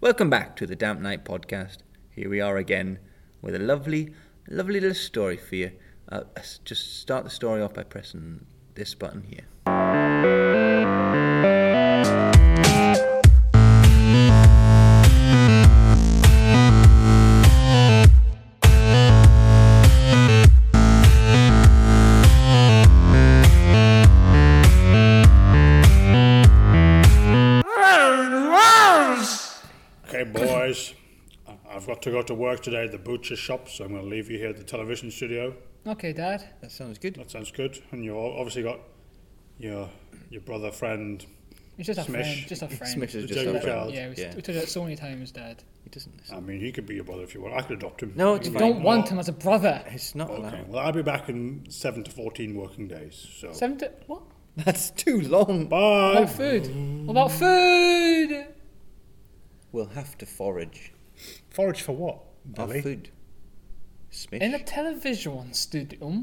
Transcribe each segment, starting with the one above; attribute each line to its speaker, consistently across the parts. Speaker 1: Welcome back to the Damp Night Podcast. Here we are again with a lovely, lovely little story for you. Uh, s- just start the story off by pressing this button here.
Speaker 2: Okay, boys, I- I've got to go to work today at the butcher shop, so I'm going to leave you here at the television studio.
Speaker 3: Okay, Dad.
Speaker 1: That sounds good.
Speaker 2: That sounds good. And you've al- obviously got your your brother friend.
Speaker 3: He's just a
Speaker 2: Smish.
Speaker 3: friend. Just a friend.
Speaker 1: Smish is
Speaker 2: The
Speaker 1: just
Speaker 2: joke
Speaker 1: our friend.
Speaker 2: child.
Speaker 3: Yeah, we,
Speaker 1: Yeah.
Speaker 3: we took it so many times, Dad.
Speaker 1: He doesn't listen.
Speaker 2: I mean, he could be your brother if you want. I could adopt him.
Speaker 1: No, it's
Speaker 2: You
Speaker 1: fine.
Speaker 3: Don't
Speaker 2: know
Speaker 3: want
Speaker 2: what?
Speaker 3: him as a brother.
Speaker 1: It's not
Speaker 2: Okay.
Speaker 1: allowed.
Speaker 2: Well, I'll be back in seven to fourteen working days. So
Speaker 3: Seven to what?
Speaker 1: That's too long.
Speaker 3: What
Speaker 2: bye.
Speaker 3: about food? What about food?
Speaker 1: We'll have to forage
Speaker 2: Forage for what,
Speaker 1: our
Speaker 2: Billy?
Speaker 1: food. Smish.
Speaker 3: In a television studio.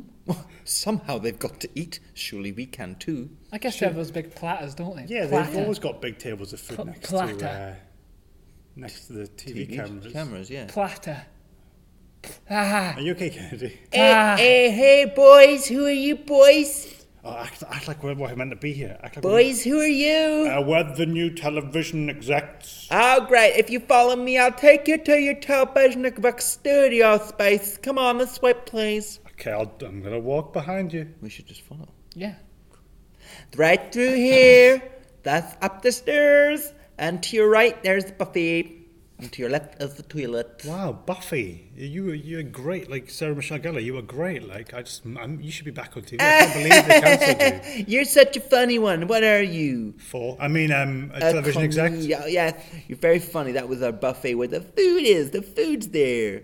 Speaker 1: Somehow they've got to eat. Surely we can too.
Speaker 3: I guess they have those big platters, don't they?
Speaker 2: Yeah,
Speaker 3: Platter.
Speaker 2: they've always got big tables of food
Speaker 3: Pl-
Speaker 2: next to uh,
Speaker 3: platter.
Speaker 2: next to the TV, cameras.
Speaker 1: cameras, yeah.
Speaker 3: platter. Ah,
Speaker 2: Eh, Are you okay, Kennedy?
Speaker 3: ah.
Speaker 2: eh.
Speaker 4: Hey, hey, boys, who are you, boys?
Speaker 2: Oh, act, act like we're, we're meant to be here. Act like we're-
Speaker 4: Boys, who are you?
Speaker 2: Uh, we're the new television execs.
Speaker 4: Oh, great. If you follow me, I'll take you to your television box studio space. Come on, this way, please.
Speaker 2: Okay, I'll, I'm gonna walk behind you.
Speaker 1: We should just follow.
Speaker 3: Yeah.
Speaker 4: Right through here. That's up the stairs. And to your right, there's the buffet.
Speaker 1: And to your left is the toilet.
Speaker 2: Wow, Buffy, you were you were great, like Sarah Michelle Gellar. You were great. Like I just, I'm, you should be back on TV. I can't believe they cancelled you.
Speaker 4: You're such a funny one. What are you?
Speaker 2: For I mean, um, a
Speaker 4: A
Speaker 2: television exec.
Speaker 4: comed- Yeah, yeah, you're very funny. That was our buffet where the food is. The food's there.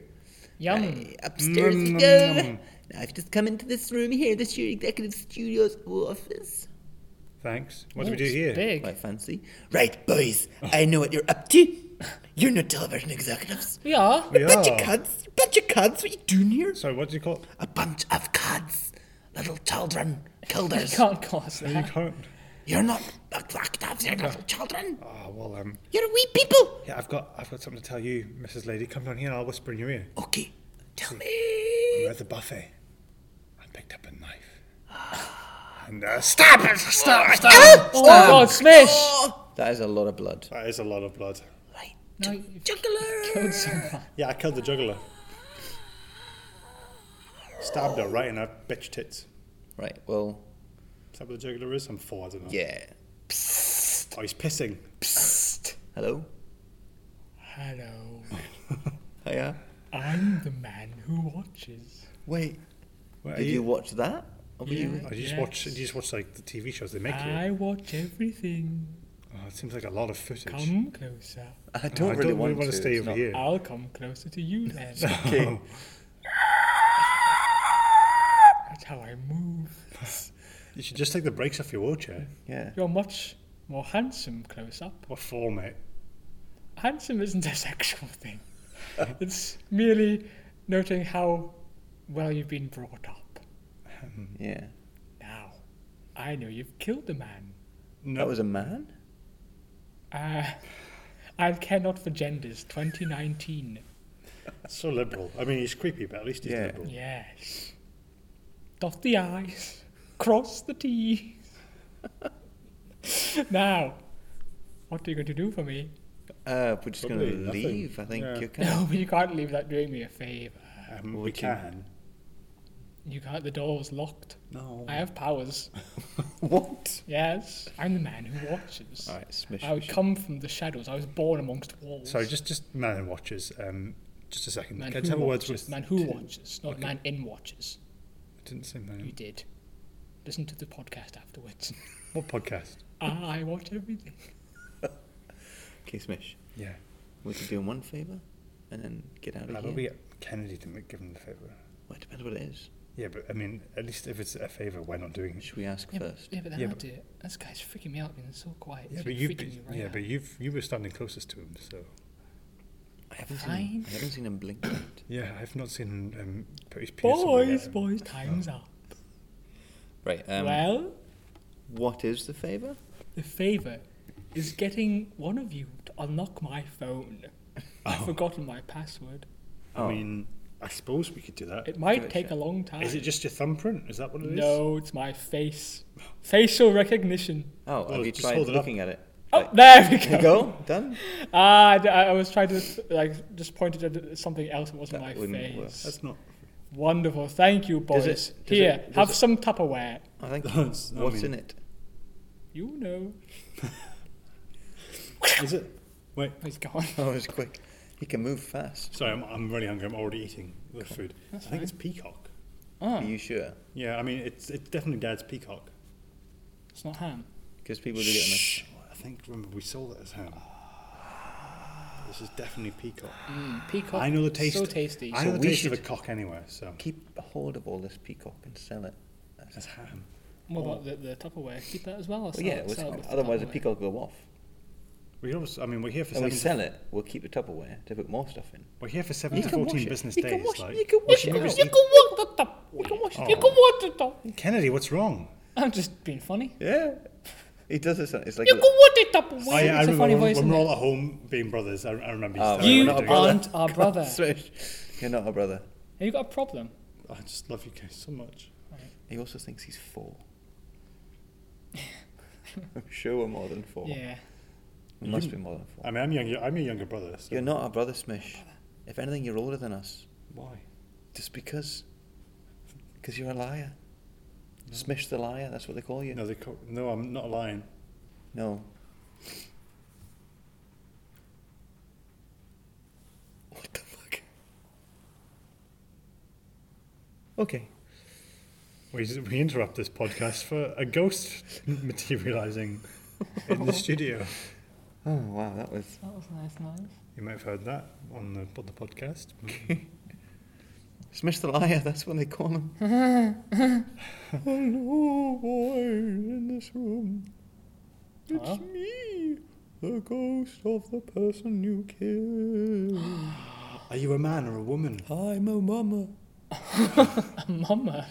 Speaker 3: Yum.
Speaker 2: Eh.
Speaker 4: Right, upstairs
Speaker 2: Nom,
Speaker 4: you
Speaker 2: nom,
Speaker 4: go.
Speaker 2: nom.
Speaker 4: Now I've just come into this room here. This is your executive studios office.
Speaker 2: Thanks. What do we
Speaker 3: Oh,
Speaker 2: do
Speaker 3: it's
Speaker 2: here?
Speaker 3: Big.
Speaker 1: Quite fancy.
Speaker 4: Right, boys. I know what you're up to. You're no television executives.
Speaker 3: We are.
Speaker 2: We
Speaker 4: Bunch of
Speaker 2: are.
Speaker 4: cuds. Bunch of cuds. What you doing here?
Speaker 2: So what do you call?
Speaker 4: A bunch of cuds. Little children.
Speaker 3: You
Speaker 4: Kilders.
Speaker 3: can't call us
Speaker 2: You
Speaker 3: that.
Speaker 2: can't.
Speaker 4: You're not executives. You're little children.
Speaker 2: Oh well, um,
Speaker 4: You're wee people.
Speaker 2: yeah, I've got I've got something to tell you, Mrs. Lady. Come down here, and I'll whisper in your ear.
Speaker 4: Okay, tell me.
Speaker 2: We're at the buffet. I picked up a knife. And uh, stab it! Stop!
Speaker 4: Ah!
Speaker 3: Oh my God, Smish!
Speaker 4: Oh,
Speaker 1: That is a lot of blood.
Speaker 2: That is a lot of blood.
Speaker 4: right.
Speaker 3: No, you've
Speaker 4: Juggler.
Speaker 3: killed someone.
Speaker 2: Yeah, I killed the juggler. Stabbed her right in her bitch tits.
Speaker 1: Right, well,
Speaker 2: Is that what the juggler is? I'm four, I don't know.
Speaker 1: yeah.
Speaker 2: Oh, he's pissing.
Speaker 1: Hello?
Speaker 3: Hello.
Speaker 1: Hiya.
Speaker 3: I'm the man who watches.
Speaker 1: Wait,
Speaker 2: Where are
Speaker 1: did you
Speaker 2: you?
Speaker 1: watch that? Or were you-
Speaker 2: Oh, you just watch. You just watch like the TV shows they make you.
Speaker 3: I watch everything.
Speaker 2: Oh, it seems like a lot of footage.
Speaker 3: Come closer.
Speaker 1: I
Speaker 2: Oh,
Speaker 1: don't really want to.
Speaker 2: stay
Speaker 1: it's
Speaker 2: over
Speaker 1: not-
Speaker 2: here.
Speaker 3: I'll come closer to you then.
Speaker 1: Okay.
Speaker 3: That's how I move.
Speaker 2: You should just take the brakes off your wheelchair.
Speaker 1: yeah.
Speaker 3: You're much more handsome close up.
Speaker 2: What for, mate?
Speaker 3: Handsome isn't a sexual thing, it's merely noting how well you've been brought up.
Speaker 1: Yeah.
Speaker 3: Now, I know you've killed a man.
Speaker 2: No,
Speaker 1: That was a man?
Speaker 3: Uh, I care not for genders, 2019.
Speaker 2: that's so liberal. I mean, he's creepy, but at least he's
Speaker 1: Yeah.
Speaker 2: liberal.
Speaker 3: Yes. Dot the I's, cross the T's. now, what are you going to do for me?
Speaker 1: Uh, we're just going
Speaker 2: Probably
Speaker 1: to
Speaker 2: nothing.
Speaker 1: leave, I think.
Speaker 2: Yeah.
Speaker 1: You're kind of...
Speaker 3: No, but you can't leave without doing me a favour.
Speaker 2: Um,
Speaker 1: What
Speaker 2: we
Speaker 1: do you-
Speaker 2: can.
Speaker 3: You can't, the door's locked.
Speaker 2: No.
Speaker 3: I have powers.
Speaker 1: What?
Speaker 3: Yes, I'm the man who watches.
Speaker 1: Alright, smish.
Speaker 3: I
Speaker 1: we
Speaker 3: would
Speaker 1: should-
Speaker 3: come from the shadows. I was born amongst walls.
Speaker 2: Sorry, just just man and watches. Um, just a second.
Speaker 3: man
Speaker 2: can I
Speaker 3: who
Speaker 2: just have a word
Speaker 3: watches.
Speaker 2: with?
Speaker 3: man who watches, not man in watches.
Speaker 2: I didn't say
Speaker 3: You
Speaker 2: man.
Speaker 3: did. Listen to the podcast afterwards.
Speaker 2: What podcast?
Speaker 3: I watch everything.
Speaker 1: Okay, Smish.
Speaker 2: Yeah.
Speaker 1: We could do him one favour and then get out
Speaker 2: How
Speaker 1: of
Speaker 2: do
Speaker 1: here.
Speaker 2: we get Kennedy to make- give him the favour?
Speaker 1: Well, it depends what it is.
Speaker 2: Yeah, but I mean, at least if it's a favour, we're not doing it.
Speaker 1: Should we ask
Speaker 3: Yeah, but-
Speaker 1: first?
Speaker 3: yeah, but then
Speaker 2: Yeah,
Speaker 3: I
Speaker 2: but-
Speaker 3: do it. This guy's freaking me out being so quiet.
Speaker 2: Yeah,
Speaker 3: He's
Speaker 2: but you've
Speaker 3: freaking
Speaker 2: been,
Speaker 3: me right
Speaker 2: yeah,
Speaker 3: out.
Speaker 2: but you've you were standing closest to him, so
Speaker 1: I haven't seen.
Speaker 3: Fine.
Speaker 1: I haven't seen him blink. yet.
Speaker 2: yeah, I've not seen um, put his penis on me
Speaker 3: boys,
Speaker 2: yet.
Speaker 3: boys, time's up.
Speaker 1: right. Um,
Speaker 3: well,
Speaker 1: what is the favour?
Speaker 3: the favour is getting one of you to unlock my phone.
Speaker 2: Oh.
Speaker 3: I've forgotten my password.
Speaker 1: Oh.
Speaker 2: I mean, I suppose we could do that. Is
Speaker 3: Oh. It might take a long time.
Speaker 2: Uh, it just Oh. your thumbprint? Is that what it is?
Speaker 3: No, it's my face. Facial recognition.
Speaker 1: Oh, have
Speaker 2: Well,
Speaker 1: you
Speaker 2: just
Speaker 1: tried
Speaker 2: hold it up.
Speaker 1: looking at it?
Speaker 3: Oh, there we go.
Speaker 1: There you go. Done.
Speaker 3: Ah, I d- I, I was trying to like just point it at something else. It wasn't
Speaker 1: That
Speaker 3: my
Speaker 1: wouldn't work.
Speaker 3: face.
Speaker 2: That's not.
Speaker 3: Wonderful. Thank you, boys.
Speaker 2: Does it- does
Speaker 3: Here,
Speaker 2: it- does
Speaker 3: have
Speaker 2: it-
Speaker 3: some Tupperware.
Speaker 1: I think.
Speaker 2: That's- I
Speaker 1: Oh, What's
Speaker 2: mean-
Speaker 1: in it?
Speaker 3: You know.
Speaker 2: Is it? Wait.
Speaker 3: He's gone.
Speaker 1: Oh, it's quick. He can move fast.
Speaker 2: Sorry, I'm, I'm really hungry. I'm already eating the food. I think it's peacock.
Speaker 1: Are
Speaker 3: Mm,
Speaker 1: you sure?
Speaker 2: Yeah, I mean, it's it's definitely Dad's peacock.
Speaker 3: It's not ham.
Speaker 1: Because people do get
Speaker 2: Shh. I think remember we sold it as ham. This is definitely peacock.
Speaker 3: Peacock.
Speaker 2: I know the taste.
Speaker 3: So tasty.
Speaker 2: I
Speaker 1: So
Speaker 2: know the
Speaker 1: we
Speaker 2: taste of
Speaker 1: should-
Speaker 2: a cock anyway. So
Speaker 1: Keep hold of all this peacock and sell it.
Speaker 2: that's ham.
Speaker 3: What about the, the Tupperware? Keep that as well. Or
Speaker 1: Well,
Speaker 3: sell
Speaker 1: yeah,
Speaker 3: it-
Speaker 1: it was,
Speaker 3: sell it with the
Speaker 1: otherwise the
Speaker 3: Tupperware?
Speaker 1: peacock will go off.
Speaker 2: We also, I mean, we're here for
Speaker 1: And we
Speaker 2: seven.
Speaker 1: sell it, we'll keep the Tupperware to put more stuff in.
Speaker 2: We're here for seven to fourteen business
Speaker 1: you
Speaker 2: days.
Speaker 1: Can wash,
Speaker 2: like,
Speaker 1: you can
Speaker 2: we
Speaker 1: wash
Speaker 2: should
Speaker 1: it.
Speaker 2: maybe
Speaker 1: off.
Speaker 2: see-
Speaker 1: You can wash the Tupperware.
Speaker 3: You can wash it. You can wash it. up.
Speaker 2: Kennedy, what's wrong?
Speaker 3: I'm just being funny.
Speaker 1: Yeah. He does it. It's like
Speaker 3: You can wash it up.
Speaker 2: Oh, yeah, I
Speaker 3: it's a
Speaker 2: remember
Speaker 3: funny
Speaker 2: when,
Speaker 3: voice.
Speaker 2: when
Speaker 3: isn't
Speaker 2: we're
Speaker 3: it?
Speaker 2: all at home being brothers. I, I remember.
Speaker 1: Oh, right,
Speaker 2: used to- I
Speaker 1: we're
Speaker 3: You
Speaker 1: not a
Speaker 2: remember
Speaker 1: brother.
Speaker 3: aren't our brother.
Speaker 1: Swish. You're not a brother.
Speaker 3: Have you got a problem?
Speaker 2: doing- I just love you guys so much.
Speaker 1: He also thinks he's four. I'm sure we're more than four.
Speaker 3: Yeah.
Speaker 1: We must be more than four.
Speaker 2: I mean, I'm younger. I'm your younger brother. So
Speaker 1: You're not our brother, Smish. If anything, you're older than us.
Speaker 2: Why?
Speaker 1: Just because. Because you're a liar. Smish the liar, that's what they call you.
Speaker 2: No, they call, no, I'm not lying.
Speaker 1: No. What the fuck? Okay.
Speaker 2: We, we interrupt this podcast for a ghost materializing in the studio.
Speaker 1: Oh, wow, that was.
Speaker 3: That was nice, nice.
Speaker 2: You might have heard that on the, on the podcast.
Speaker 1: Smish the liar, that's what they call him. Hello, boy, in this room. It's
Speaker 3: Huh?
Speaker 1: me, the ghost of the person you killed.
Speaker 2: Are you a man or a woman?
Speaker 1: I'm a mama.
Speaker 3: Mama.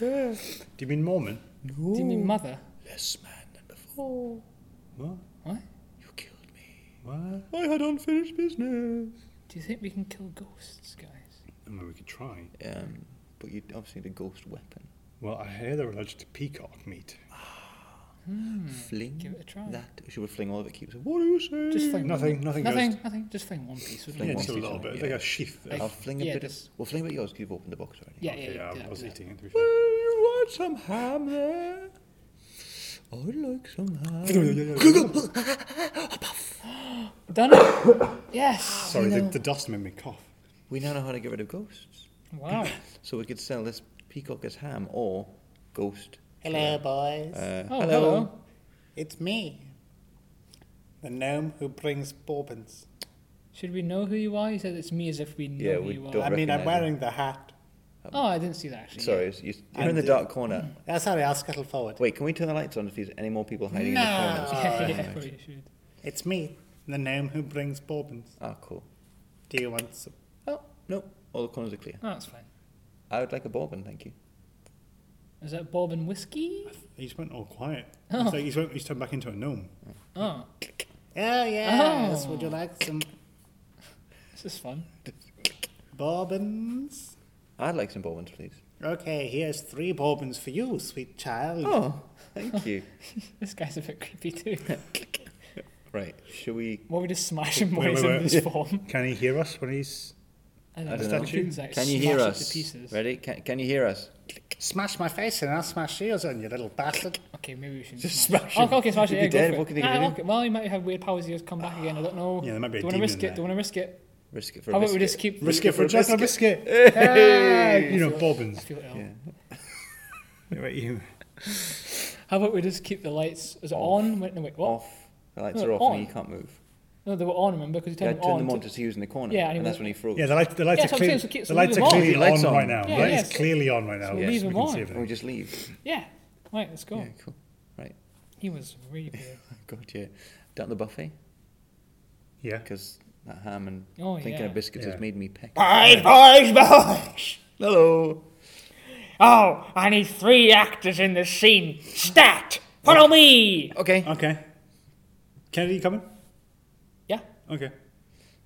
Speaker 1: Yeah.
Speaker 2: Do you mean Mormon?
Speaker 1: No.
Speaker 3: Do you mean mother?
Speaker 1: Less man than before.
Speaker 3: Oh.
Speaker 2: What?
Speaker 3: What?
Speaker 1: You killed me.
Speaker 2: What?
Speaker 1: I had unfinished business.
Speaker 3: Do you think we can kill ghosts, guys?
Speaker 2: I mean, we could try.
Speaker 1: Um, but you obviously need a ghost weapon.
Speaker 2: Well, I hear they're allergic to peacock meat.
Speaker 1: fling.
Speaker 3: Hmm. give it a try.
Speaker 1: That she would fling all of it. Keeps. What do you say?
Speaker 3: Just fling
Speaker 2: Nothing-
Speaker 3: One.
Speaker 2: nothing
Speaker 3: Nothing.
Speaker 2: goes-
Speaker 3: Nothing. Just fling one piece. wouldn't
Speaker 1: Fling
Speaker 2: Yeah,
Speaker 3: it?
Speaker 1: one
Speaker 2: just a
Speaker 1: piece,
Speaker 2: little
Speaker 1: isn't it?
Speaker 2: bit.
Speaker 1: Yeah. Oh,
Speaker 2: Like a sheath. of-
Speaker 1: I'll fling a
Speaker 3: Yeah,
Speaker 1: bit.
Speaker 3: just-
Speaker 1: Of, well, fling a bit of yours because you've opened the box already.
Speaker 3: Yeah, yeah,
Speaker 2: Okay,
Speaker 3: yeah. do
Speaker 2: I
Speaker 3: that,
Speaker 2: was
Speaker 3: do that.
Speaker 2: eating it. To be
Speaker 1: Well,
Speaker 2: fair.
Speaker 1: you want some ham there? I'd like some ham.
Speaker 2: Sorry,
Speaker 3: Done it. yes.
Speaker 2: the, the dust made me cough.
Speaker 1: we now know how to get rid of ghosts,
Speaker 3: Wow. Oh,
Speaker 1: so we could sell this peacock as ham or ghost.
Speaker 5: Hello, boys.
Speaker 1: Uh,
Speaker 3: Oh, hello.
Speaker 5: it's me, the gnome who brings bourbons.
Speaker 3: Should we know who you are? You said it's me as if we know
Speaker 1: Yeah,
Speaker 3: who
Speaker 1: we
Speaker 3: you
Speaker 1: don't
Speaker 5: I
Speaker 3: are.
Speaker 5: mean,
Speaker 1: recognise
Speaker 5: I'm
Speaker 1: him.
Speaker 5: wearing the hat.
Speaker 3: Oh, I didn't see that actually.
Speaker 1: Sorry, it's- you- you're in the
Speaker 5: And, uh,
Speaker 1: dark corner.
Speaker 5: Oh, sorry, I'll scuttle forward.
Speaker 1: Wait, can we turn the lights on if there's any more people hiding in the
Speaker 5: No.
Speaker 1: corners?
Speaker 3: Yeah,
Speaker 5: Oh,
Speaker 3: yeah, probably should.
Speaker 5: It's me, the gnome who brings bourbons.
Speaker 1: Ah, cool.
Speaker 5: Do you want some?
Speaker 1: Oh, no, all the corners are clear.
Speaker 3: Oh, that's fine.
Speaker 1: I would like a bourbon, thank you.
Speaker 3: Is that bourbon whiskey?
Speaker 2: He just went all quiet.
Speaker 3: Oh.
Speaker 2: It's like he's, went, he's turned back into a gnome.
Speaker 3: Oh,
Speaker 5: Oh, yes.
Speaker 3: Oh.
Speaker 5: Would you like some
Speaker 3: this is fun.
Speaker 5: bourbons?
Speaker 1: I'd like some bourbons, please.
Speaker 5: Okay, here's three bourbons for you, sweet child.
Speaker 1: Oh, thank you.
Speaker 3: This guy's a bit creepy too.
Speaker 1: Right, should we?
Speaker 3: Were we just smashing
Speaker 2: Wait,
Speaker 3: boys
Speaker 2: wait,
Speaker 3: in
Speaker 2: wait.
Speaker 3: this form?
Speaker 2: Can he hear us when he's.
Speaker 3: I don't
Speaker 1: I
Speaker 3: know.
Speaker 1: dunno.
Speaker 3: we could, like,
Speaker 1: Can you
Speaker 3: smash
Speaker 1: hear
Speaker 3: it
Speaker 1: us?
Speaker 3: To pieces.
Speaker 1: Ready? Can, can you hear us?
Speaker 5: Smash my face and I'll smash yours on, you little bastard.
Speaker 3: Okay, maybe we should
Speaker 1: Just
Speaker 3: smash,
Speaker 1: smash
Speaker 3: it. Okay, okay, smash it.
Speaker 1: You'd
Speaker 3: Yeah,
Speaker 1: be
Speaker 3: go
Speaker 1: dead,
Speaker 3: for it.
Speaker 1: what could you
Speaker 3: Ah,
Speaker 1: do?
Speaker 3: okay, Well, you might have weird powers. He'll come back again. I don't know.
Speaker 2: Yeah, there might be a
Speaker 3: Do you wanna
Speaker 2: demon
Speaker 3: risk
Speaker 2: in
Speaker 3: it? Do you want to risk it?
Speaker 1: Risk it for
Speaker 3: How
Speaker 1: a
Speaker 3: about
Speaker 1: biscuit.
Speaker 3: we just keep
Speaker 2: Risk it for a chocolate biscuit! Ah, you know, bobbins.
Speaker 3: I feel ill.
Speaker 2: Right, you.
Speaker 3: How about we just keep the lights? Is it on? Wait, no, wait, what?
Speaker 1: off? The lights
Speaker 3: No,
Speaker 1: are off
Speaker 3: on.
Speaker 1: and you can't move.
Speaker 3: No, they were on. Remember, because you
Speaker 1: Yeah, I
Speaker 3: turned them
Speaker 1: turned them
Speaker 3: on.
Speaker 1: on
Speaker 3: to-
Speaker 1: to see who's in the corner,
Speaker 3: Yeah, and
Speaker 1: and,
Speaker 3: he
Speaker 1: that's
Speaker 3: went-
Speaker 1: when he froze.
Speaker 2: Yeah, the, light, the lights
Speaker 3: Yeah,
Speaker 2: are
Speaker 3: so I'm
Speaker 2: clear.
Speaker 3: saying, so keep-
Speaker 2: the
Speaker 3: so
Speaker 2: lights
Speaker 3: leave
Speaker 2: are
Speaker 3: them on.
Speaker 2: clearly
Speaker 1: The lights
Speaker 2: on,
Speaker 1: on.
Speaker 2: right now.
Speaker 3: Yeah,
Speaker 2: the light
Speaker 3: yeah,
Speaker 2: is
Speaker 3: so-
Speaker 2: clearly on right now.
Speaker 3: we'll
Speaker 2: Yes,
Speaker 3: leave
Speaker 2: we
Speaker 3: them
Speaker 2: can
Speaker 3: on.
Speaker 2: see
Speaker 1: and we
Speaker 5: Oh,
Speaker 2: everything.
Speaker 1: just leave.
Speaker 3: Yeah. Right, let's go.
Speaker 1: Yeah, cool. Right. Oh,
Speaker 3: He was really weird.
Speaker 1: God, yeah. Down the buffet
Speaker 2: Yeah.
Speaker 1: because that ham and
Speaker 3: Oh,
Speaker 1: thinking
Speaker 3: yeah.
Speaker 1: of biscuits
Speaker 2: Yeah.
Speaker 1: has made me peck.
Speaker 5: Boys, boys, boys!
Speaker 1: Hello.
Speaker 3: Oh, I need three actors in this scene. Stat! Follow me!
Speaker 2: Uh.
Speaker 1: Okay.
Speaker 2: Okay. Kennedy, you coming?
Speaker 3: Yeah.
Speaker 2: Okay.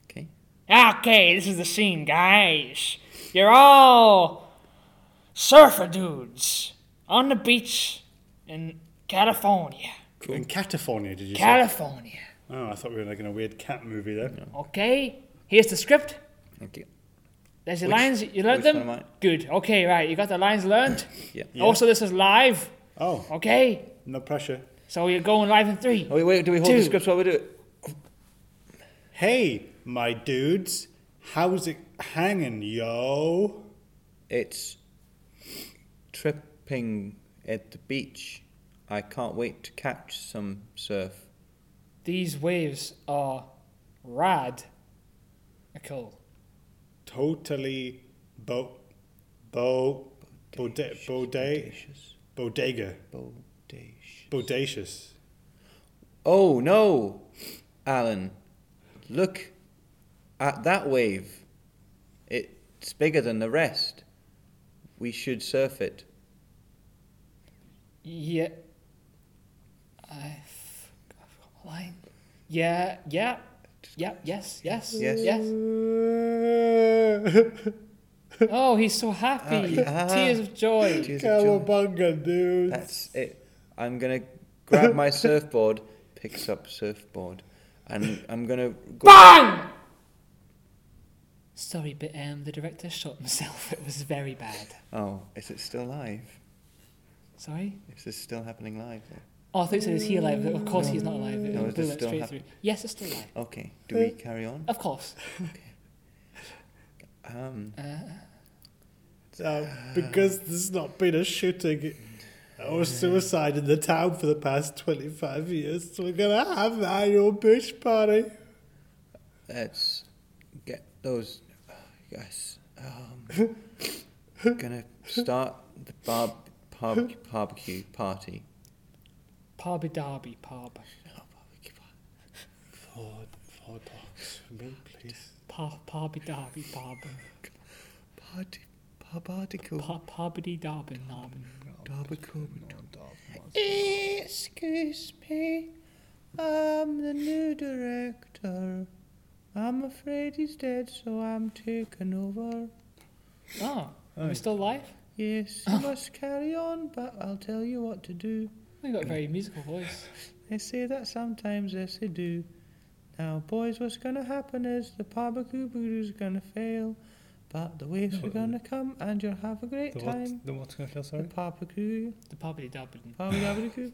Speaker 1: Okay.
Speaker 3: Okay, this is the scene, guys. You're all surfer dudes on the beach in California.
Speaker 2: In California, did you
Speaker 3: California.
Speaker 2: say? Oh, I thought we were like in a weird cat movie there.
Speaker 3: Okay, here's the script.
Speaker 1: Thank you.
Speaker 3: There's the
Speaker 1: Which-
Speaker 3: lines. You learned
Speaker 1: which
Speaker 3: them?
Speaker 1: one am I?
Speaker 3: Good. Okay, right. You got the lines learned?
Speaker 1: Yeah.
Speaker 3: Also, this is live.
Speaker 2: Oh,
Speaker 3: Okay.
Speaker 2: no pressure.
Speaker 3: So you're going live in three.
Speaker 1: Oh, wait, wait, do we hold
Speaker 3: Two.
Speaker 1: the scripts while we do it?
Speaker 2: Hey, my dudes, how's it hanging, yo?
Speaker 1: It's tripping at the beach. I can't wait to catch some surf.
Speaker 3: These waves are rad. Cool.
Speaker 2: Totally bo bo bode bode
Speaker 1: Bodacious.
Speaker 2: bodega
Speaker 1: Bodacious.
Speaker 2: bodacious.
Speaker 1: Oh no, Alan. Look at that wave. It's bigger than the rest. We should surf it.
Speaker 3: Yeah. I f- I forgot my line. Yeah, yeah. Yeah, yes, yes,
Speaker 1: Yes.
Speaker 3: yes. Oh, he's so happy.
Speaker 1: Ah, ah.
Speaker 3: Tears of joy.
Speaker 1: Tears of joy.
Speaker 2: Cowabunga, dudes.
Speaker 1: That's it. I'm gonna grab my surfboard, picks up surfboard, and I'm gonna go.
Speaker 3: BANG! Sorry, but um, the director shot himself. It was very bad.
Speaker 1: Oh, is it still live?
Speaker 3: Sorry?
Speaker 1: Is this still happening live?
Speaker 3: Oh, I thought it said, is he alive? Of course he's not alive. It
Speaker 1: No,
Speaker 3: blew
Speaker 1: it is
Speaker 3: it
Speaker 1: still
Speaker 3: straight
Speaker 1: hap-
Speaker 3: through. Yes, it's still alive.
Speaker 1: Okay. Do we carry on?
Speaker 3: Of course.
Speaker 1: Um.
Speaker 2: Uh, because there's not been a shooting or suicide in the town for the past 25 years, so we're gonna have an annual beach party.
Speaker 1: Let's get those. Yes. Um, gonna start the barb, barb, barbecue party.
Speaker 3: Parby Derby, Parb.
Speaker 1: Oh, barbecue party.
Speaker 2: Four, four dogs for me, please.
Speaker 3: Par, parby Derby, Parb.
Speaker 1: Party. bar- Barbicle.
Speaker 3: Par, Parbity Darbin, Narbin.
Speaker 1: Barbicle. Excuse me. I'm the new director. I'm afraid he's dead, so I'm taking over.
Speaker 3: Oh, are we still live?
Speaker 1: Yes, you must carry on, but I'll tell you what to do.
Speaker 3: You got a very musical voice.
Speaker 1: They say that sometimes, yes they do. Now, boys, what's gonna happen is the barbecue voodoo's gonna fail, but the waves are gonna come and you'll have a great time.
Speaker 2: the what's gonna feel
Speaker 1: The barbecue,
Speaker 3: The Parbity Darbin.
Speaker 1: barbecue.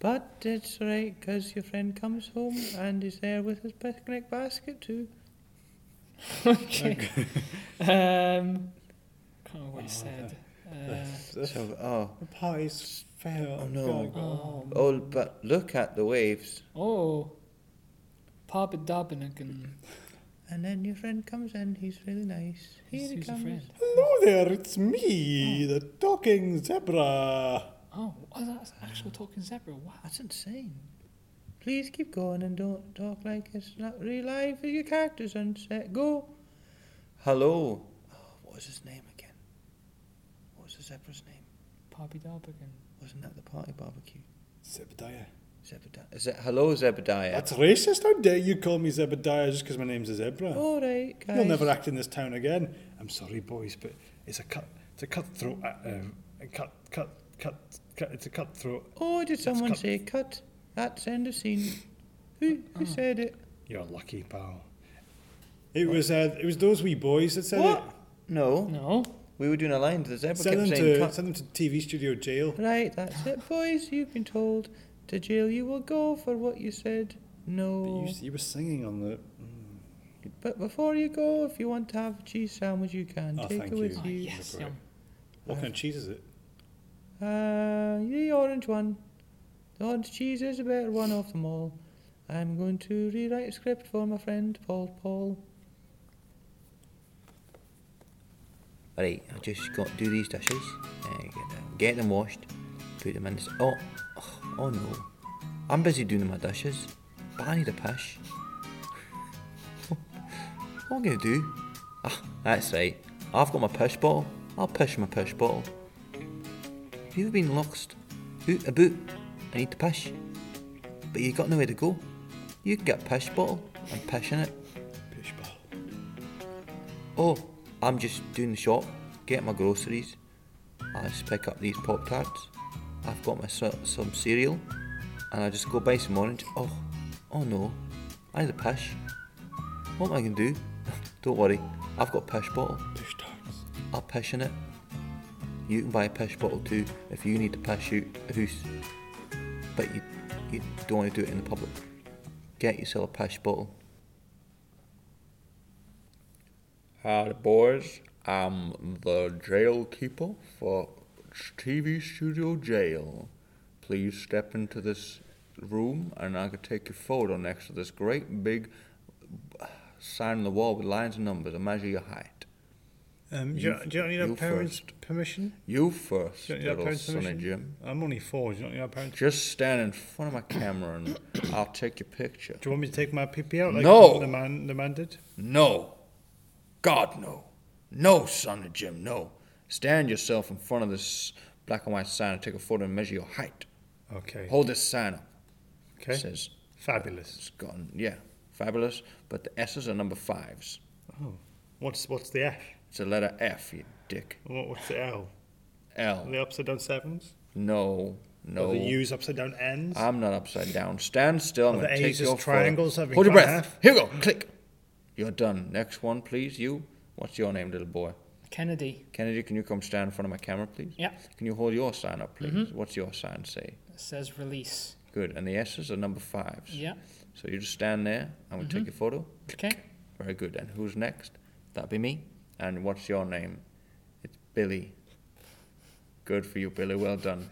Speaker 1: but it's alright, 'cause your friend comes home and he's there with his picnic basket too.
Speaker 3: Okay. um, can't remember
Speaker 1: Oh,
Speaker 3: what you said. Uh,
Speaker 1: So, oh,
Speaker 2: The party's fair.
Speaker 1: Oh,
Speaker 2: I'm
Speaker 1: no.
Speaker 2: gonna go home.
Speaker 1: oh, but look at the waves.
Speaker 3: oh, Parbity Darbin again.
Speaker 1: And then your friend comes in, he's really nice. Here he
Speaker 3: Who's your
Speaker 1: comes.
Speaker 3: friend?
Speaker 2: Hello there, it's me, the talking zebra.
Speaker 3: Oh, oh, that's actual talking zebra. Wow.
Speaker 1: That's insane. Please keep going and don't talk like it's not real life. Your characters on set. Go. Hello. Oh, what was his name again? What was the zebra's name?
Speaker 3: Parbity Darbin.
Speaker 1: Wasn't that the party barbecue?
Speaker 2: Zebediah.
Speaker 1: Zebediah. Is it hello Zebediah?
Speaker 2: That's racist. How dare you call me Zebediah just because my name's a zebra?
Speaker 1: all right, guys.
Speaker 2: You'll never act in this town again. I'm sorry, boys, but it's a cut. It's a cutthroat. Uh, um, a cut, cut, cut, cut. It's a cutthroat.
Speaker 1: Oh, did someone
Speaker 2: cut.
Speaker 1: say cut? That's end of scene. Who who said it?
Speaker 2: You're lucky, pal. It was. Uh, it was those wee boys that said
Speaker 1: What?
Speaker 2: it.
Speaker 1: No,
Speaker 3: No.
Speaker 1: we were doing a line. The zebra
Speaker 2: Send them
Speaker 1: kept saying
Speaker 2: to
Speaker 1: cut.
Speaker 2: send them to TV studio jail.
Speaker 1: Right, that's it, boys. You've been told to jail. You will go for what you said. No.
Speaker 2: But you, s- you were singing on the.
Speaker 1: But before you go, if you want to have a cheese sandwich, you can
Speaker 2: Oh,
Speaker 1: take
Speaker 2: thank
Speaker 1: it with
Speaker 2: you.
Speaker 3: Oh,
Speaker 1: you.
Speaker 3: yes.
Speaker 2: Zebra.
Speaker 3: Yum.
Speaker 2: What kind of cheese is it?
Speaker 1: Uh, the orange one. The orange cheese is a better one of them all. I'm going to rewrite a script for my friend Paul. Paul. Right, I just got to do these dishes. Uh, get, them, get them washed. Put them in. This, oh, oh, oh no! I'm busy doing my dishes, but I need a pish. what am I gonna do? Ah, that's right. I've got my pish bottle. I'll pish my pish bottle. Have you ever been lost out about and need to pish, but you got nowhere to go?
Speaker 6: You can get a pish bottle and pish in it.
Speaker 2: Pish ball.
Speaker 6: Oh, I'm just doing the shop, get my groceries. I just pick up these Pop Tarts. I've got my so- some cereal, and I just go buy some orange. Oh, oh no, I need a pish. What am I gonna do? Don't worry, I've got a pish bottle.
Speaker 2: Pish tarts.
Speaker 6: I'll pish in it. You can buy a pish bottle too if you need to pish out the house. But you, you don't want to do it in the public. Get yourself a pish bottle.
Speaker 1: Hi, boys. I'm the jail keeper for TV Studio Jail. Please step into this room and I can take your photo next to this great big sign on the wall with lines and numbers and measure your height.
Speaker 7: Um, do,
Speaker 1: You
Speaker 7: you, do you not need our
Speaker 1: you
Speaker 7: parents' permission?
Speaker 1: You first,
Speaker 7: Do you not need our
Speaker 1: little
Speaker 7: parents'
Speaker 1: sonny
Speaker 7: permission?
Speaker 1: Jim.
Speaker 7: I'm only four. Do you not need our parents?
Speaker 1: Just stand in front of my camera and I'll take your picture.
Speaker 7: Do you want me to take my PP out like
Speaker 1: No.
Speaker 7: the man the man did?
Speaker 1: No. God, no. No, son of Jim, no. Stand yourself in front of this black and white sign and take a photo and measure your height.
Speaker 7: Okay.
Speaker 1: Hold this sign up.
Speaker 7: Okay.
Speaker 1: It says,
Speaker 7: Fabulous.
Speaker 1: it's gone, yeah, fabulous, but the S's are number fives.
Speaker 7: What's what's the F?
Speaker 1: It's the letter F, you dick.
Speaker 7: What, what's the L? Are
Speaker 1: L.
Speaker 7: they upside down sevens?
Speaker 1: No, no. Ah,
Speaker 7: Are the U's upside down N's?
Speaker 1: I'm not upside down. Stand still. I'm
Speaker 7: Are
Speaker 1: going
Speaker 7: the
Speaker 1: to take
Speaker 7: A's
Speaker 1: your
Speaker 7: triangles
Speaker 1: photo.
Speaker 7: having
Speaker 1: Hold your
Speaker 7: fun
Speaker 1: breath.
Speaker 7: half?
Speaker 1: Here we go. Click. You're done. Next one, please. You. What's your name, little boy?
Speaker 3: Kennedy.
Speaker 1: Kennedy, can you come stand in front of my camera, please?
Speaker 3: Yeah. Mm-hmm.
Speaker 1: Can you hold your sign up, please? What's your sign say?
Speaker 3: It says release.
Speaker 1: Good. And the S's are number fives.
Speaker 3: Yeah. Mm-hmm.
Speaker 1: So you just stand there. I'm going to take your photo.
Speaker 3: Okay.
Speaker 1: Very good. And who's next? That'd be me. And what's your name? It's Billy. Good for you, Billy. Well done.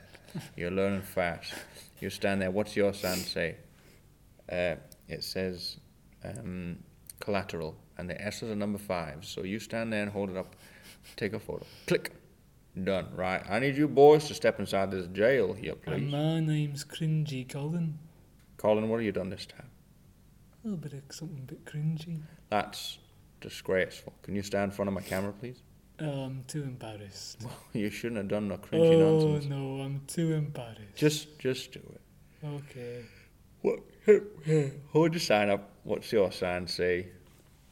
Speaker 1: You're learning fast. You stand there. What's your sign say? Uh, it says um, collateral, and the S's are number five. So you stand there and hold it up. Take a photo. Click. Done. Right. I need you boys to step inside this jail here, please.
Speaker 3: Uh, my name's Cringy Colin.
Speaker 1: Colin, what have you done this time?
Speaker 3: A little bit of something a bit cringy.
Speaker 1: That's disgraceful. Can you stand in front of my camera, please?
Speaker 3: Um, too embarrassed.
Speaker 1: You shouldn't have done no cringy
Speaker 3: Oh
Speaker 1: nonsense.
Speaker 3: no, I'm too embarrassed.
Speaker 1: Just, just do it.
Speaker 3: Okay.
Speaker 1: What? Hold your sign up. What's your sign say?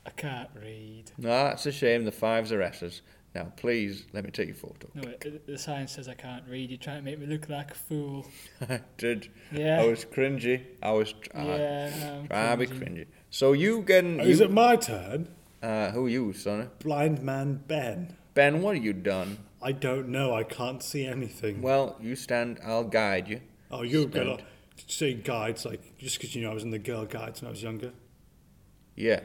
Speaker 3: I can't read.
Speaker 1: No, that's a shame. The fives are S's. Now, please let me take your photo.
Speaker 3: No, it, it- the sign says I can't read. You're trying to make me look like a fool.
Speaker 1: I did.
Speaker 3: Yeah.
Speaker 1: I was cringy. I was
Speaker 8: Ah.
Speaker 1: trying.
Speaker 3: yeah, um, no,
Speaker 1: Trying to be
Speaker 3: cringy.
Speaker 1: cringy. So you getting?
Speaker 2: Oh, Is
Speaker 1: you-
Speaker 2: it my turn?
Speaker 1: uh, who you, son?
Speaker 2: Blind man Ben.
Speaker 1: Ben, what have you done?
Speaker 2: I don't know. I can't see anything.
Speaker 1: Well, you stand. I'll guide you.
Speaker 2: oh, you're
Speaker 1: stand.
Speaker 2: gonna say guides like just because you know I was in the girl guides when I was younger.
Speaker 1: Yeah.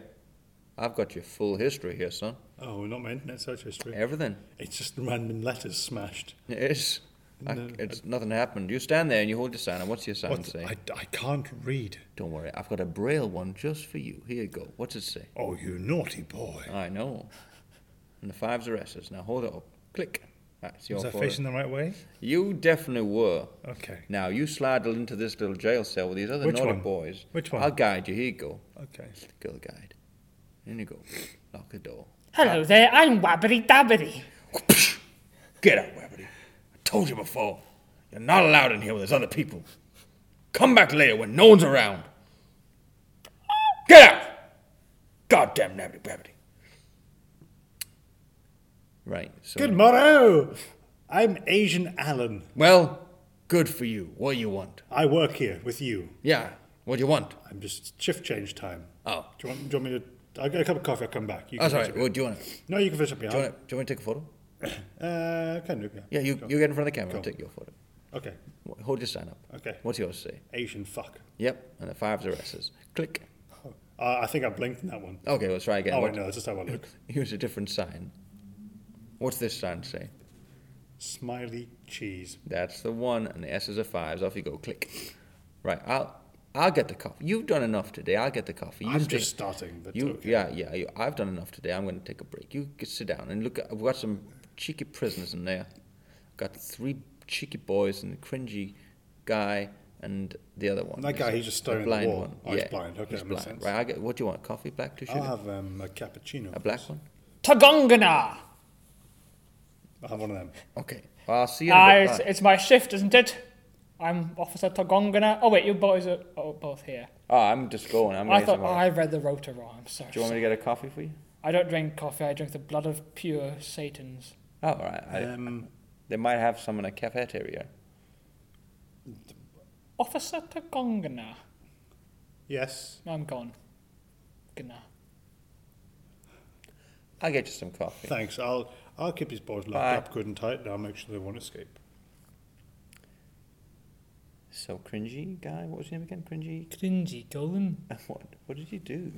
Speaker 1: I've got your full history here, son.
Speaker 2: Oh, not my internet search history.
Speaker 1: Everything.
Speaker 2: It's just random letters smashed.
Speaker 1: It's, I,
Speaker 2: No,
Speaker 1: it's nothing happened. You stand there and you hold your sign. And what's your sign
Speaker 2: What?
Speaker 1: say?
Speaker 2: I, I can't read.
Speaker 1: Don't worry, I've got a braille one just for you. Here you go. What's it say?
Speaker 2: Oh, you naughty boy.
Speaker 1: I know. And the fives are S's. Now hold it up. Click. That's your
Speaker 7: Is that
Speaker 1: photo.
Speaker 7: facing the right way?
Speaker 1: You definitely were.
Speaker 7: Okay.
Speaker 1: Now you slide into this little jail cell with these other
Speaker 7: Which
Speaker 1: naughty
Speaker 7: one?
Speaker 1: boys.
Speaker 7: Which one?
Speaker 1: I'll guide you. Here you go.
Speaker 7: Okay.
Speaker 1: Girl guide. In you go. Lock the door.
Speaker 3: Hello there, I'm Wabbity Dabbity.
Speaker 1: Get out, Webberly. I told you before. You're not allowed in here with those other people. Come back later when no one's around. Get out! Goddamn nabbity babbity. Right. So,
Speaker 2: Good morrow. I'm Asian Alan.
Speaker 1: Well, good for you. What you want?
Speaker 2: I work here with you.
Speaker 1: Yeah. What do you want?
Speaker 2: I'm just shift change time.
Speaker 1: Oh.
Speaker 2: Do you want, do you want me to? I'll get a cup of coffee. I'll come back. You
Speaker 1: Oh,
Speaker 2: can
Speaker 1: sorry.
Speaker 2: finish up
Speaker 1: Well, do you want to?
Speaker 2: your- No, you can finish up your.
Speaker 1: Do you want to, do you want to take a photo?
Speaker 2: Uh, can do. Yeah.
Speaker 1: Yeah, you, you get in front of the camera. I'll
Speaker 2: Cool.
Speaker 1: take your photo.
Speaker 2: Okay.
Speaker 1: Wh- Hold your sign up.
Speaker 2: Okay.
Speaker 1: What's yours say?
Speaker 2: Asian fuck.
Speaker 1: Yep. And the fives are S's. Click.
Speaker 2: Uh, I think I blinked in that one.
Speaker 1: Okay, let's try again.
Speaker 2: Oh,
Speaker 1: What-
Speaker 2: wait, no, that's just how I look.
Speaker 1: Here's a different sign. What's this sign say?
Speaker 2: Smiley cheese.
Speaker 1: That's the one, and the S's are fives. Off you go. Click. Right. I'll I'll get the coffee. You've done enough today. I'll get the coffee. You
Speaker 2: I'm
Speaker 1: stay-
Speaker 2: just starting, but
Speaker 1: you.
Speaker 2: okay.
Speaker 1: Yeah, yeah. You, I've done enough today. I'm going to take a break. You get, sit down and look. at- I've got some cheeky prisoners in there. Got three cheeky boys and a cringy guy and the other one.
Speaker 2: That guy, he's just staring at the
Speaker 1: blind
Speaker 2: wall.
Speaker 1: One.
Speaker 2: Oh, he's
Speaker 1: yeah,
Speaker 2: blind. Okay,
Speaker 1: he's
Speaker 2: that makes
Speaker 1: blind.
Speaker 2: sense.
Speaker 1: Right. I get. What do you want? Coffee? Black? Two
Speaker 2: I'll
Speaker 1: sugar?
Speaker 2: have um, a cappuccino.
Speaker 1: A black one.
Speaker 3: Tagongana.
Speaker 2: I'll have one of them.
Speaker 1: Okay. Well, I'll see you. in a
Speaker 3: Ah,
Speaker 1: bit.
Speaker 3: it's,
Speaker 1: Bye.
Speaker 3: it's my shift, isn't it? I'm Officer Togongana. Oh wait, you boys are oh, both here.
Speaker 8: Oh, I'm just going. I'm
Speaker 3: I
Speaker 8: ready
Speaker 3: thought oh,
Speaker 8: tomorrow.
Speaker 3: I read the rota wrong. I'm sorry.
Speaker 8: Do you want me to get a coffee for you?
Speaker 3: I don't drink coffee. I drink the blood of pure satans.
Speaker 8: Oh, all right. I,
Speaker 9: Um,
Speaker 8: they might have some in a cafeteria.
Speaker 3: Officer Togongana.
Speaker 2: Yes.
Speaker 3: I'm gone. Gonna.
Speaker 8: I'll get you some coffee.
Speaker 2: Thanks. I'll I'll keep his boys locked
Speaker 8: Bye.
Speaker 2: up good and tight and I'll make sure they won't escape.
Speaker 8: So cringy guy, what was his name again? Cringy.
Speaker 3: Cringy Dolan.
Speaker 8: What? What did he do?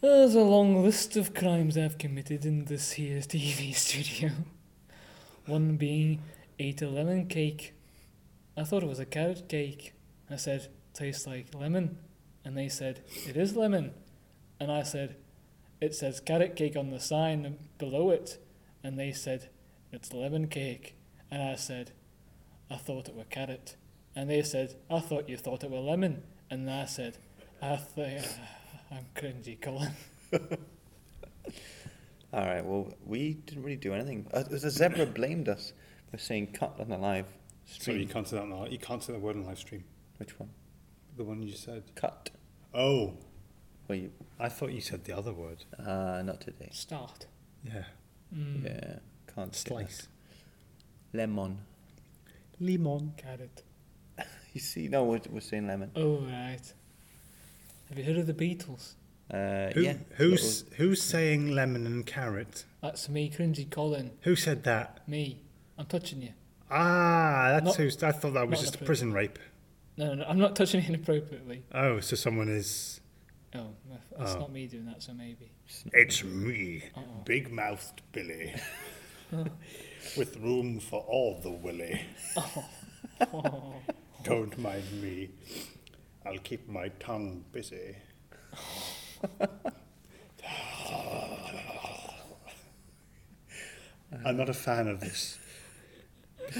Speaker 3: There's a long list of crimes I've committed in this here TV studio. One being ate a lemon cake. I thought it was a carrot cake. I said, tastes like lemon. And they said, it is lemon. And I said, it says carrot cake on the sign below it. And they said, it's lemon cake. And I said, I thought it were carrot. And they said, I thought you thought it were lemon. And I said, I think I'm cringy, Colin.
Speaker 8: All right. Well, we didn't really do anything. Uh, it was the zebra blamed us for saying cut on the live
Speaker 2: So you
Speaker 8: stream.
Speaker 2: can't say that now. You can't say the word on live stream.
Speaker 8: Which one?
Speaker 2: The one you said.
Speaker 8: Cut.
Speaker 2: Oh,
Speaker 8: Well, you
Speaker 2: I thought you said the other word.
Speaker 8: uh, not today.
Speaker 3: Start.
Speaker 2: Yeah.
Speaker 3: Mm.
Speaker 8: Yeah, can't do that.
Speaker 2: Hmm. Slice.
Speaker 8: Lemon.
Speaker 2: Limon.
Speaker 3: Carrot.
Speaker 8: You see, no, we're, we're saying lemon.
Speaker 3: Oh, right. Have you heard of the Beatles?
Speaker 8: Uh,
Speaker 2: Who,
Speaker 8: yeah.
Speaker 2: who's who's saying lemon and carrot?
Speaker 3: That's me, cringy Colin.
Speaker 2: Who said that?
Speaker 3: Me. I'm touching you.
Speaker 2: Ah, that's
Speaker 3: Not-
Speaker 2: who's. I thought that was
Speaker 3: not
Speaker 2: just
Speaker 3: the
Speaker 2: a prison rape.
Speaker 3: No, no, no, I'm not touching you inappropriately.
Speaker 2: Oh, so someone is.
Speaker 3: Oh, that's
Speaker 2: Oh.
Speaker 3: not me doing that, so maybe.
Speaker 2: It's me,
Speaker 3: Uh-oh.
Speaker 2: big mouthed Billy, with room for all the willy.
Speaker 3: Oh,
Speaker 2: Don't mind me. I'll keep my tongue busy. I'm not a fan of this.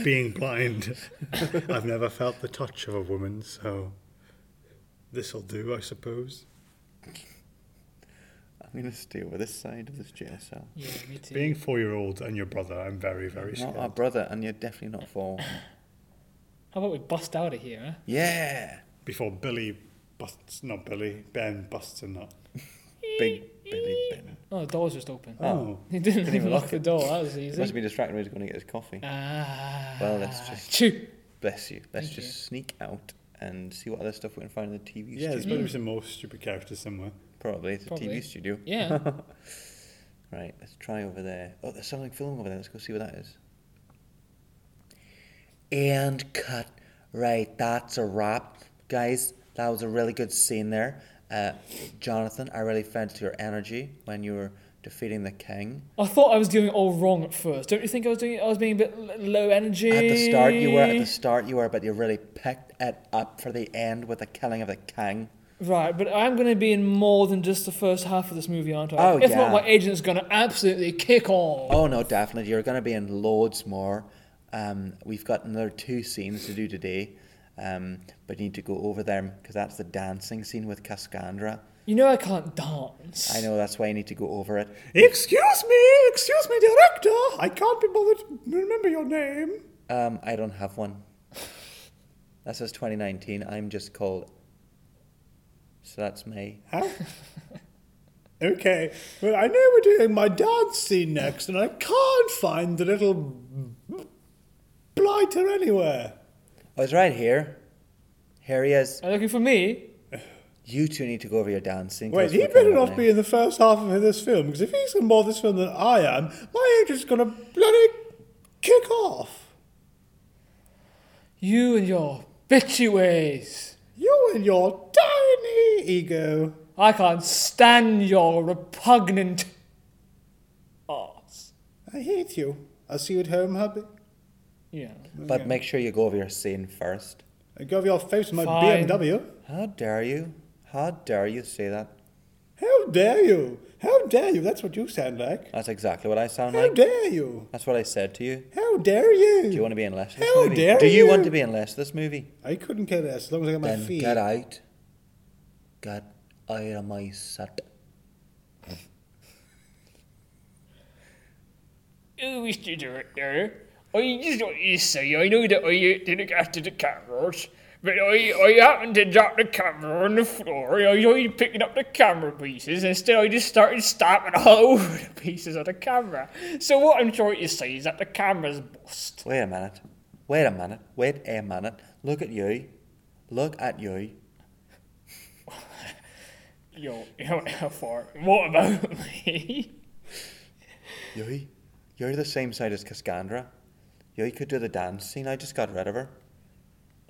Speaker 2: Being blind, I've never felt the touch of a woman, so this'll do, I suppose.
Speaker 8: I'm going to stay over this side of this jail cell.
Speaker 3: yeah, me too.
Speaker 2: Being four year old and your brother, I'm very, very
Speaker 8: Not our
Speaker 2: scared.
Speaker 8: brother, and you're definitely not four.
Speaker 3: How about we bust out of here, huh?
Speaker 8: Yeah!
Speaker 2: Before Billy busts, not Billy, Ben busts a nut.
Speaker 8: Big Billy Ben.
Speaker 3: Oh, the door's just open.
Speaker 2: Oh,
Speaker 3: He didn't,
Speaker 8: Didn't
Speaker 3: even
Speaker 8: even
Speaker 3: lock,
Speaker 8: lock
Speaker 3: the door, that was
Speaker 8: He
Speaker 3: easy.
Speaker 8: must be distracted when he's going to get his coffee.
Speaker 3: Ah.
Speaker 8: Well, let's just-
Speaker 3: Choo!
Speaker 8: Bless you. Let's
Speaker 3: Thank
Speaker 8: just
Speaker 3: you.
Speaker 8: sneak out and see what other stuff we can find in the TV
Speaker 2: yeah, there's
Speaker 8: studio.
Speaker 2: going to be some more stupid characters somewhere.
Speaker 8: Probably. It's a
Speaker 3: Probably.
Speaker 8: TV studio.
Speaker 3: Yeah.
Speaker 8: Right, let's try over there. Oh, there's something filming over there. Let's go see what that is.
Speaker 1: And cut. Right, that's a wrap. Guys, that was a really good scene there. Uh, Jonathan, I really felt your energy when you were defeating the king.
Speaker 3: I thought I was doing it all wrong at first. Don't you think I was doing it? I was being a bit l- low energy.
Speaker 1: At the start you were,
Speaker 3: Eh.
Speaker 1: at the start you were, but you really picked it up for the end with the killing of the king.
Speaker 3: Right, but I'm going to be in more than just the first half of this movie, aren't I?
Speaker 1: Oh,
Speaker 3: if
Speaker 1: yeah.
Speaker 3: not, my agent's going to absolutely kick on.
Speaker 1: Oh no, definitely. You're going to be in loads more. Um, we've got another two scenes to do today, um, but you need to go over them because that's the dancing scene with Cascandra.
Speaker 3: You know I can't dance.
Speaker 1: I know that's why you need to go over it.
Speaker 2: Excuse me, excuse me, director. I can't be bothered to remember your name.
Speaker 1: Um, I don't have one. That says 2019. I'm just called. So that's me.
Speaker 2: Huh? okay, well, I know we're doing my dance scene next, and I can't find the little blighter anywhere.
Speaker 1: I was Oh, right here. Here he is.
Speaker 3: Are you looking for me?
Speaker 1: You two need to go over your dancing.
Speaker 2: Wait, he better not be in the first half of this film, because if he's in more of this film than I am, my agent's gonna bloody kick off.
Speaker 3: You and your bitchy ways.
Speaker 2: You and your tiny ego.
Speaker 3: I can't stand your repugnant arts.
Speaker 2: I hate you. I'll see you at home, hubby.
Speaker 3: Yeah.
Speaker 1: But make sure you go over your scene first.
Speaker 2: I go over your face with my
Speaker 3: Fine.
Speaker 2: BMW.
Speaker 1: How dare you? How dare you say that?
Speaker 2: How dare you? How dare you? That's what you sound like.
Speaker 1: That's exactly what I sound
Speaker 2: How
Speaker 1: like.
Speaker 2: dare you?
Speaker 1: That's what I said to you.
Speaker 2: How dare you?
Speaker 1: Do you want to be in less of this
Speaker 2: How
Speaker 1: movie?
Speaker 2: dare
Speaker 1: Do you, want
Speaker 2: you?
Speaker 1: to be in less of this movie?
Speaker 2: I couldn't care less as long as I got my
Speaker 1: then
Speaker 2: feet.
Speaker 1: get out. Get out of my set.
Speaker 3: Oh, Mr. Director, I just want you to say, I know that I uh, didn't get to the cameras, but I, I happened to drop the camera on the floor. I was only picking up the camera pieces, and instead I just started stamping all over the pieces of the camera. So what I'm trying to say is that the camera's bust.
Speaker 1: Wait a minute. Wait a minute. Wait a minute. Look at you. Look at you.
Speaker 3: Yo, you know how far? What about me?
Speaker 1: You. You're the same side as Cassandra. You could do the dance scene. I just got rid of her.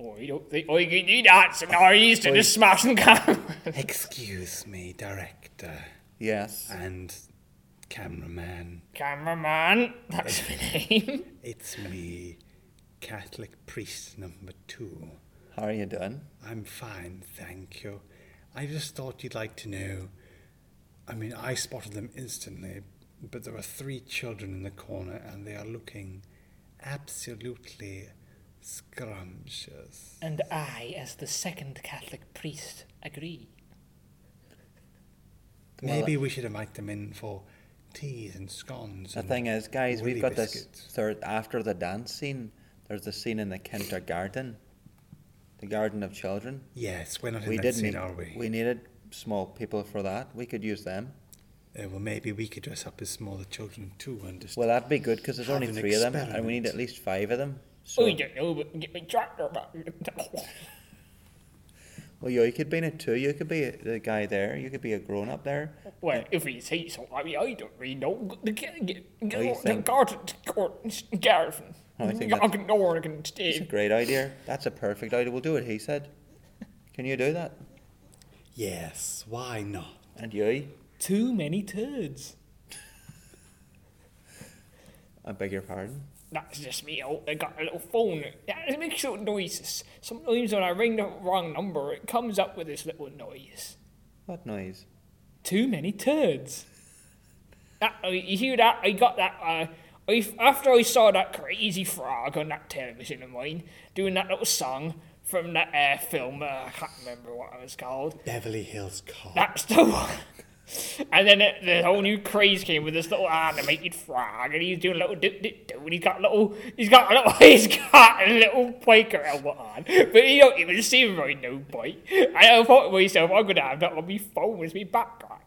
Speaker 3: Oh, I don't think I can do that, so now I used to just smashing cameras.
Speaker 2: Excuse me, director
Speaker 1: Yes.
Speaker 2: and cameraman.
Speaker 3: Cameraman, that's my name.
Speaker 2: It's me, Catholic priest number two.
Speaker 1: How are you doing?
Speaker 2: I'm fine, thank you. I just thought you'd like to know. I mean, I spotted them instantly, but there are three children in the corner and they are looking absolutely scrumptious.
Speaker 10: And I, as the second Catholic priest, agree.
Speaker 2: Maybe we should invite them in for teas and scones.
Speaker 1: uh, The
Speaker 2: and
Speaker 1: thing is, guys,
Speaker 2: Willy
Speaker 1: we've got this
Speaker 2: biscuits.
Speaker 1: third after the dance scene. There's the scene in the kindergarten, the garden of children.
Speaker 2: Yes, we're not in
Speaker 1: we
Speaker 2: that
Speaker 1: did
Speaker 2: scene,
Speaker 1: need,
Speaker 2: are we?
Speaker 1: we needed small people for that. We could use them.
Speaker 2: Uh, well, maybe we could dress up as smaller children too and just.
Speaker 1: Well, that'd be good because there's
Speaker 2: Have
Speaker 1: only
Speaker 2: an
Speaker 1: three of them, and we need
Speaker 2: experiment.
Speaker 1: at least five of them. So,
Speaker 3: Oh, you don't know, but get my tractor back.
Speaker 1: well, you could be in it too. You could be the guy there. You could be a grown up there.
Speaker 3: Well, if he say so, I mean, I don't really know. The g- g-
Speaker 1: Oh, you
Speaker 3: g- the
Speaker 1: think-
Speaker 3: garden, garden, garden.
Speaker 1: Oh, I think
Speaker 3: I
Speaker 1: that's-
Speaker 3: can know I can
Speaker 1: It's a
Speaker 3: stay.
Speaker 1: great idea. That's a perfect idea. We'll do it. He said, "Can you do that?"
Speaker 2: Yes, why not?
Speaker 1: And you?
Speaker 10: Too many turds.
Speaker 1: I beg your pardon.
Speaker 3: That's just me. Oh, I got a little phone. Yeah, It makes little noises. Sometimes when I ring the wrong number, it comes up with this little noise.
Speaker 1: What noise?
Speaker 10: Too many turds.
Speaker 3: That, I- you hear that? I got that. Uh, I, after I saw that crazy frog on that television of mine doing that little song from that uh, film, uh, I can't remember what it was called.
Speaker 2: Beverly Hills Cop.
Speaker 3: That's the one. And then it, the whole new craze came with this little animated frog, and he's doing a little dip dip do, and he's got a little, he's got a little, he's got a little biker helmet on, but he don't even seem right no bite. And I thought to myself, I'm gonna have that on my phone as my background.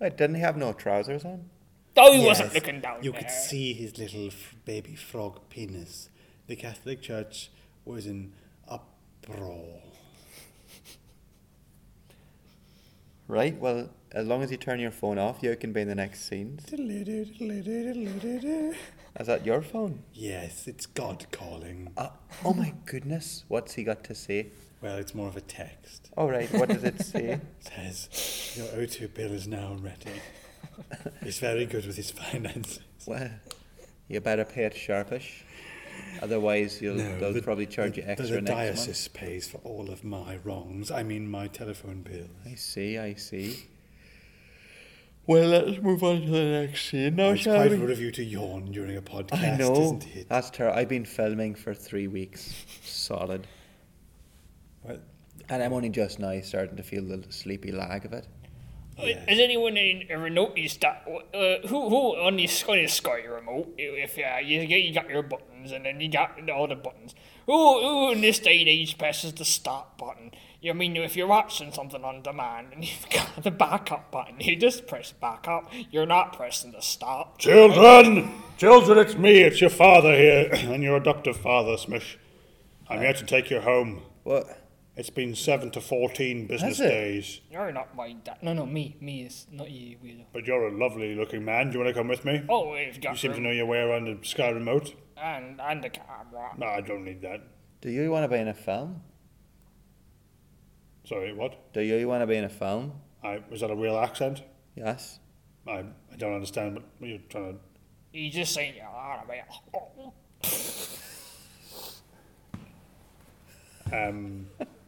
Speaker 1: Wait, didn't he have no trousers on?
Speaker 3: Though he
Speaker 2: Yes,
Speaker 3: wasn't looking down
Speaker 2: You
Speaker 3: there.
Speaker 2: could see his little f- baby frog penis. The Catholic Church was in uproar.
Speaker 1: Right. Well, as long as you turn your phone off, you can be in the next scenes. Is that your phone?
Speaker 2: Yes, it's God calling.
Speaker 1: Uh, oh my goodness! What's he got to say?
Speaker 2: Well, it's more of a text.
Speaker 1: All right. What does it say?
Speaker 2: It says, Your O2 bill is now ready. He's very good with his finances.
Speaker 1: Well, you better pay it sharpish, otherwise you'll they'll
Speaker 2: the-
Speaker 1: probably charge you
Speaker 2: the-
Speaker 1: extra
Speaker 2: The
Speaker 1: next
Speaker 2: diocese pays for all of my wrongs. I mean, my telephone bill.
Speaker 1: month. I see. I see. Well, let's move on to the next scene now,
Speaker 2: it's quite rude of you to yawn during a podcast,
Speaker 1: I know.
Speaker 2: isn't it?
Speaker 1: That's terrible. I've been filming for three weeks, solid,
Speaker 2: Well,
Speaker 1: and I'm only just now starting to feel the sleepy lag of it.
Speaker 3: Has anyone in- ever noticed that? Uh, who, who on this on this Sky remote? If uh, you get you got your buttons and then you got all the buttons. Who, who in this day and age presses the start button? You mean if you're watching something on demand and you've got the backup button, you just press backup. You're not pressing the stop.
Speaker 5: Children! Children, it's me, it's your father here, and your adoptive father, Smish. I'm here to take you home.
Speaker 1: What?
Speaker 5: It's been 7 to 14 business
Speaker 1: Has it?
Speaker 5: days,
Speaker 3: You're not mind that.
Speaker 10: No, no, me. Me is not you, weirdo.
Speaker 5: but you're a lovely looking man. Do you want to come with me?
Speaker 3: Oh, it's got
Speaker 5: You seem to
Speaker 3: room.
Speaker 5: know your way around the Sky Remote.
Speaker 3: and and the camera.
Speaker 5: No, I don't need that.
Speaker 1: Do you want to be in a film?
Speaker 5: Sorry, what?
Speaker 1: Do you want to be in a film?
Speaker 5: I, is that a real accent?
Speaker 1: Yes.
Speaker 5: I, I don't understand what what you're trying to.
Speaker 3: You just say, "Ah, man."
Speaker 5: Um,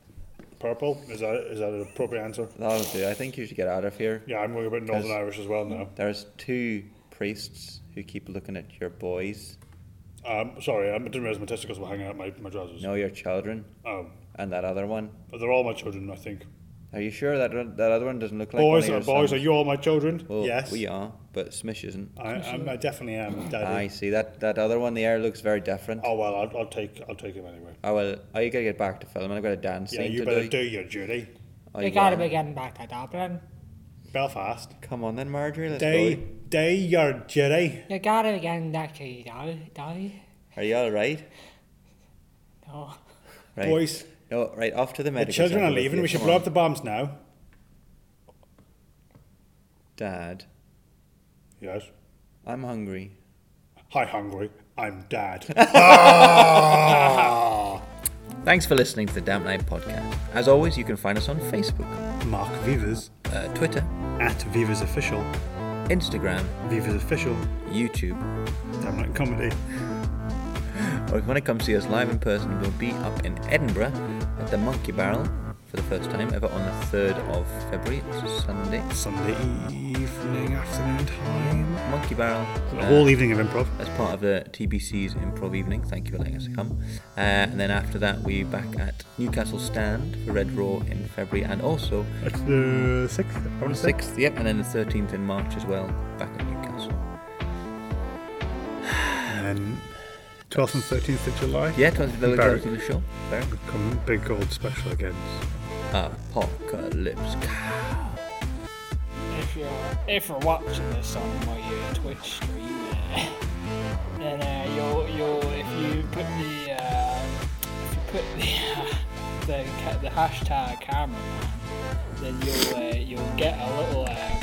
Speaker 5: purple? Is that, is that an appropriate answer?
Speaker 1: That'll do. I think you should get out of here.
Speaker 5: Yeah, I'm going a bit Northern
Speaker 1: Yes.
Speaker 5: Irish as well now.
Speaker 1: There's two priests who keep looking at your boys.
Speaker 5: Um, sorry, I didn't realize my testicles were hanging out my, my trousers.
Speaker 1: No, your children.
Speaker 5: Um,
Speaker 1: And that other one.
Speaker 5: but they're all my children, I think.
Speaker 1: Are you sure that one, that other Oh, one doesn't look like one
Speaker 5: boys
Speaker 1: of
Speaker 5: are
Speaker 1: your
Speaker 5: boys, are
Speaker 1: sons?
Speaker 5: you all my children?
Speaker 1: Well,
Speaker 5: yes.
Speaker 1: we are, but Smish isn't.
Speaker 5: I, I'm, I definitely am, Daddy.
Speaker 1: I see that that other one. The air looks very different.
Speaker 5: Oh well, I'll, I'll take I'll take him anyway.
Speaker 1: I will. Oh, you gotta get back to filming. I've got a dance
Speaker 5: Yeah,
Speaker 1: scene
Speaker 5: you
Speaker 1: to
Speaker 5: better
Speaker 1: do. Oh,
Speaker 5: do your duty.
Speaker 1: I
Speaker 11: We gotta
Speaker 5: um,
Speaker 1: will.
Speaker 11: be getting back to Dublin.
Speaker 5: Belfast.
Speaker 1: Come on then, Marjorie. Let's
Speaker 5: Day,
Speaker 1: go.
Speaker 5: day your duty.
Speaker 11: You gotta be getting back to Dolly. Dolly?
Speaker 1: Are you all right?
Speaker 11: No.
Speaker 1: Right.
Speaker 5: Boys,
Speaker 1: No, right. Off to the
Speaker 5: the
Speaker 1: medical.
Speaker 5: children are
Speaker 1: centre with
Speaker 5: leaving.
Speaker 1: you.
Speaker 5: We should
Speaker 1: Come
Speaker 5: blow
Speaker 1: on.
Speaker 5: up the bombs now.
Speaker 1: Dad,
Speaker 5: Yes.
Speaker 1: I'm hungry.
Speaker 5: Hi, hungry. I'm Dad.
Speaker 1: Thanks for listening to the Damn Night Podcast. As always, you can find us on Facebook,
Speaker 2: Mark Vivas
Speaker 1: uh, Twitter,
Speaker 2: at Vivas Official,
Speaker 1: Instagram,
Speaker 2: Vivas Official,
Speaker 1: YouTube.
Speaker 2: Damn Night Comedy.
Speaker 1: or if you want to come see us live in person, we'll be up in Edinburgh at the Monkey Barrel for the first time ever on the 3rd of February, which is Sunday.
Speaker 2: Sunday evening, afternoon time.
Speaker 1: Monkey Barrel.
Speaker 2: A
Speaker 1: uh,
Speaker 2: whole evening of improv.
Speaker 1: as part of the TBC's improv evening. Thank you for letting us come. Uh, and then after that, we're back at Newcastle Stand for Red Raw in February, and also
Speaker 2: It's the sixth. I want to say.
Speaker 1: 6th, yep, and then the 13th in March as well, back at Newcastle.
Speaker 2: And then 12th and 13th of July.
Speaker 1: Yeah, 20th of the
Speaker 2: Barry.
Speaker 1: the show. Barry.
Speaker 2: Come big gold special again.
Speaker 1: Apocalypse.
Speaker 12: if you're if you're watching this on my uh, Twitch stream, uh, then uh, you'll you'll if you put the uh, if you put the uh, the, ca- the hashtag cameraman, then you'll uh, you'll get a little uh,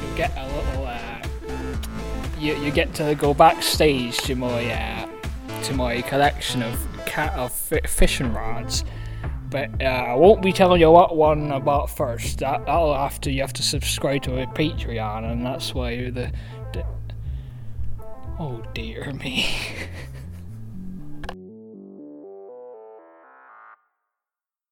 Speaker 12: you'll get a little uh, you, you get to go backstage to my uh, to my collection of cat of fi- fishing rods but uh, I won't be telling you what one about first. That that'll have to you have to subscribe to a Patreon, and that's why the, the oh dear me.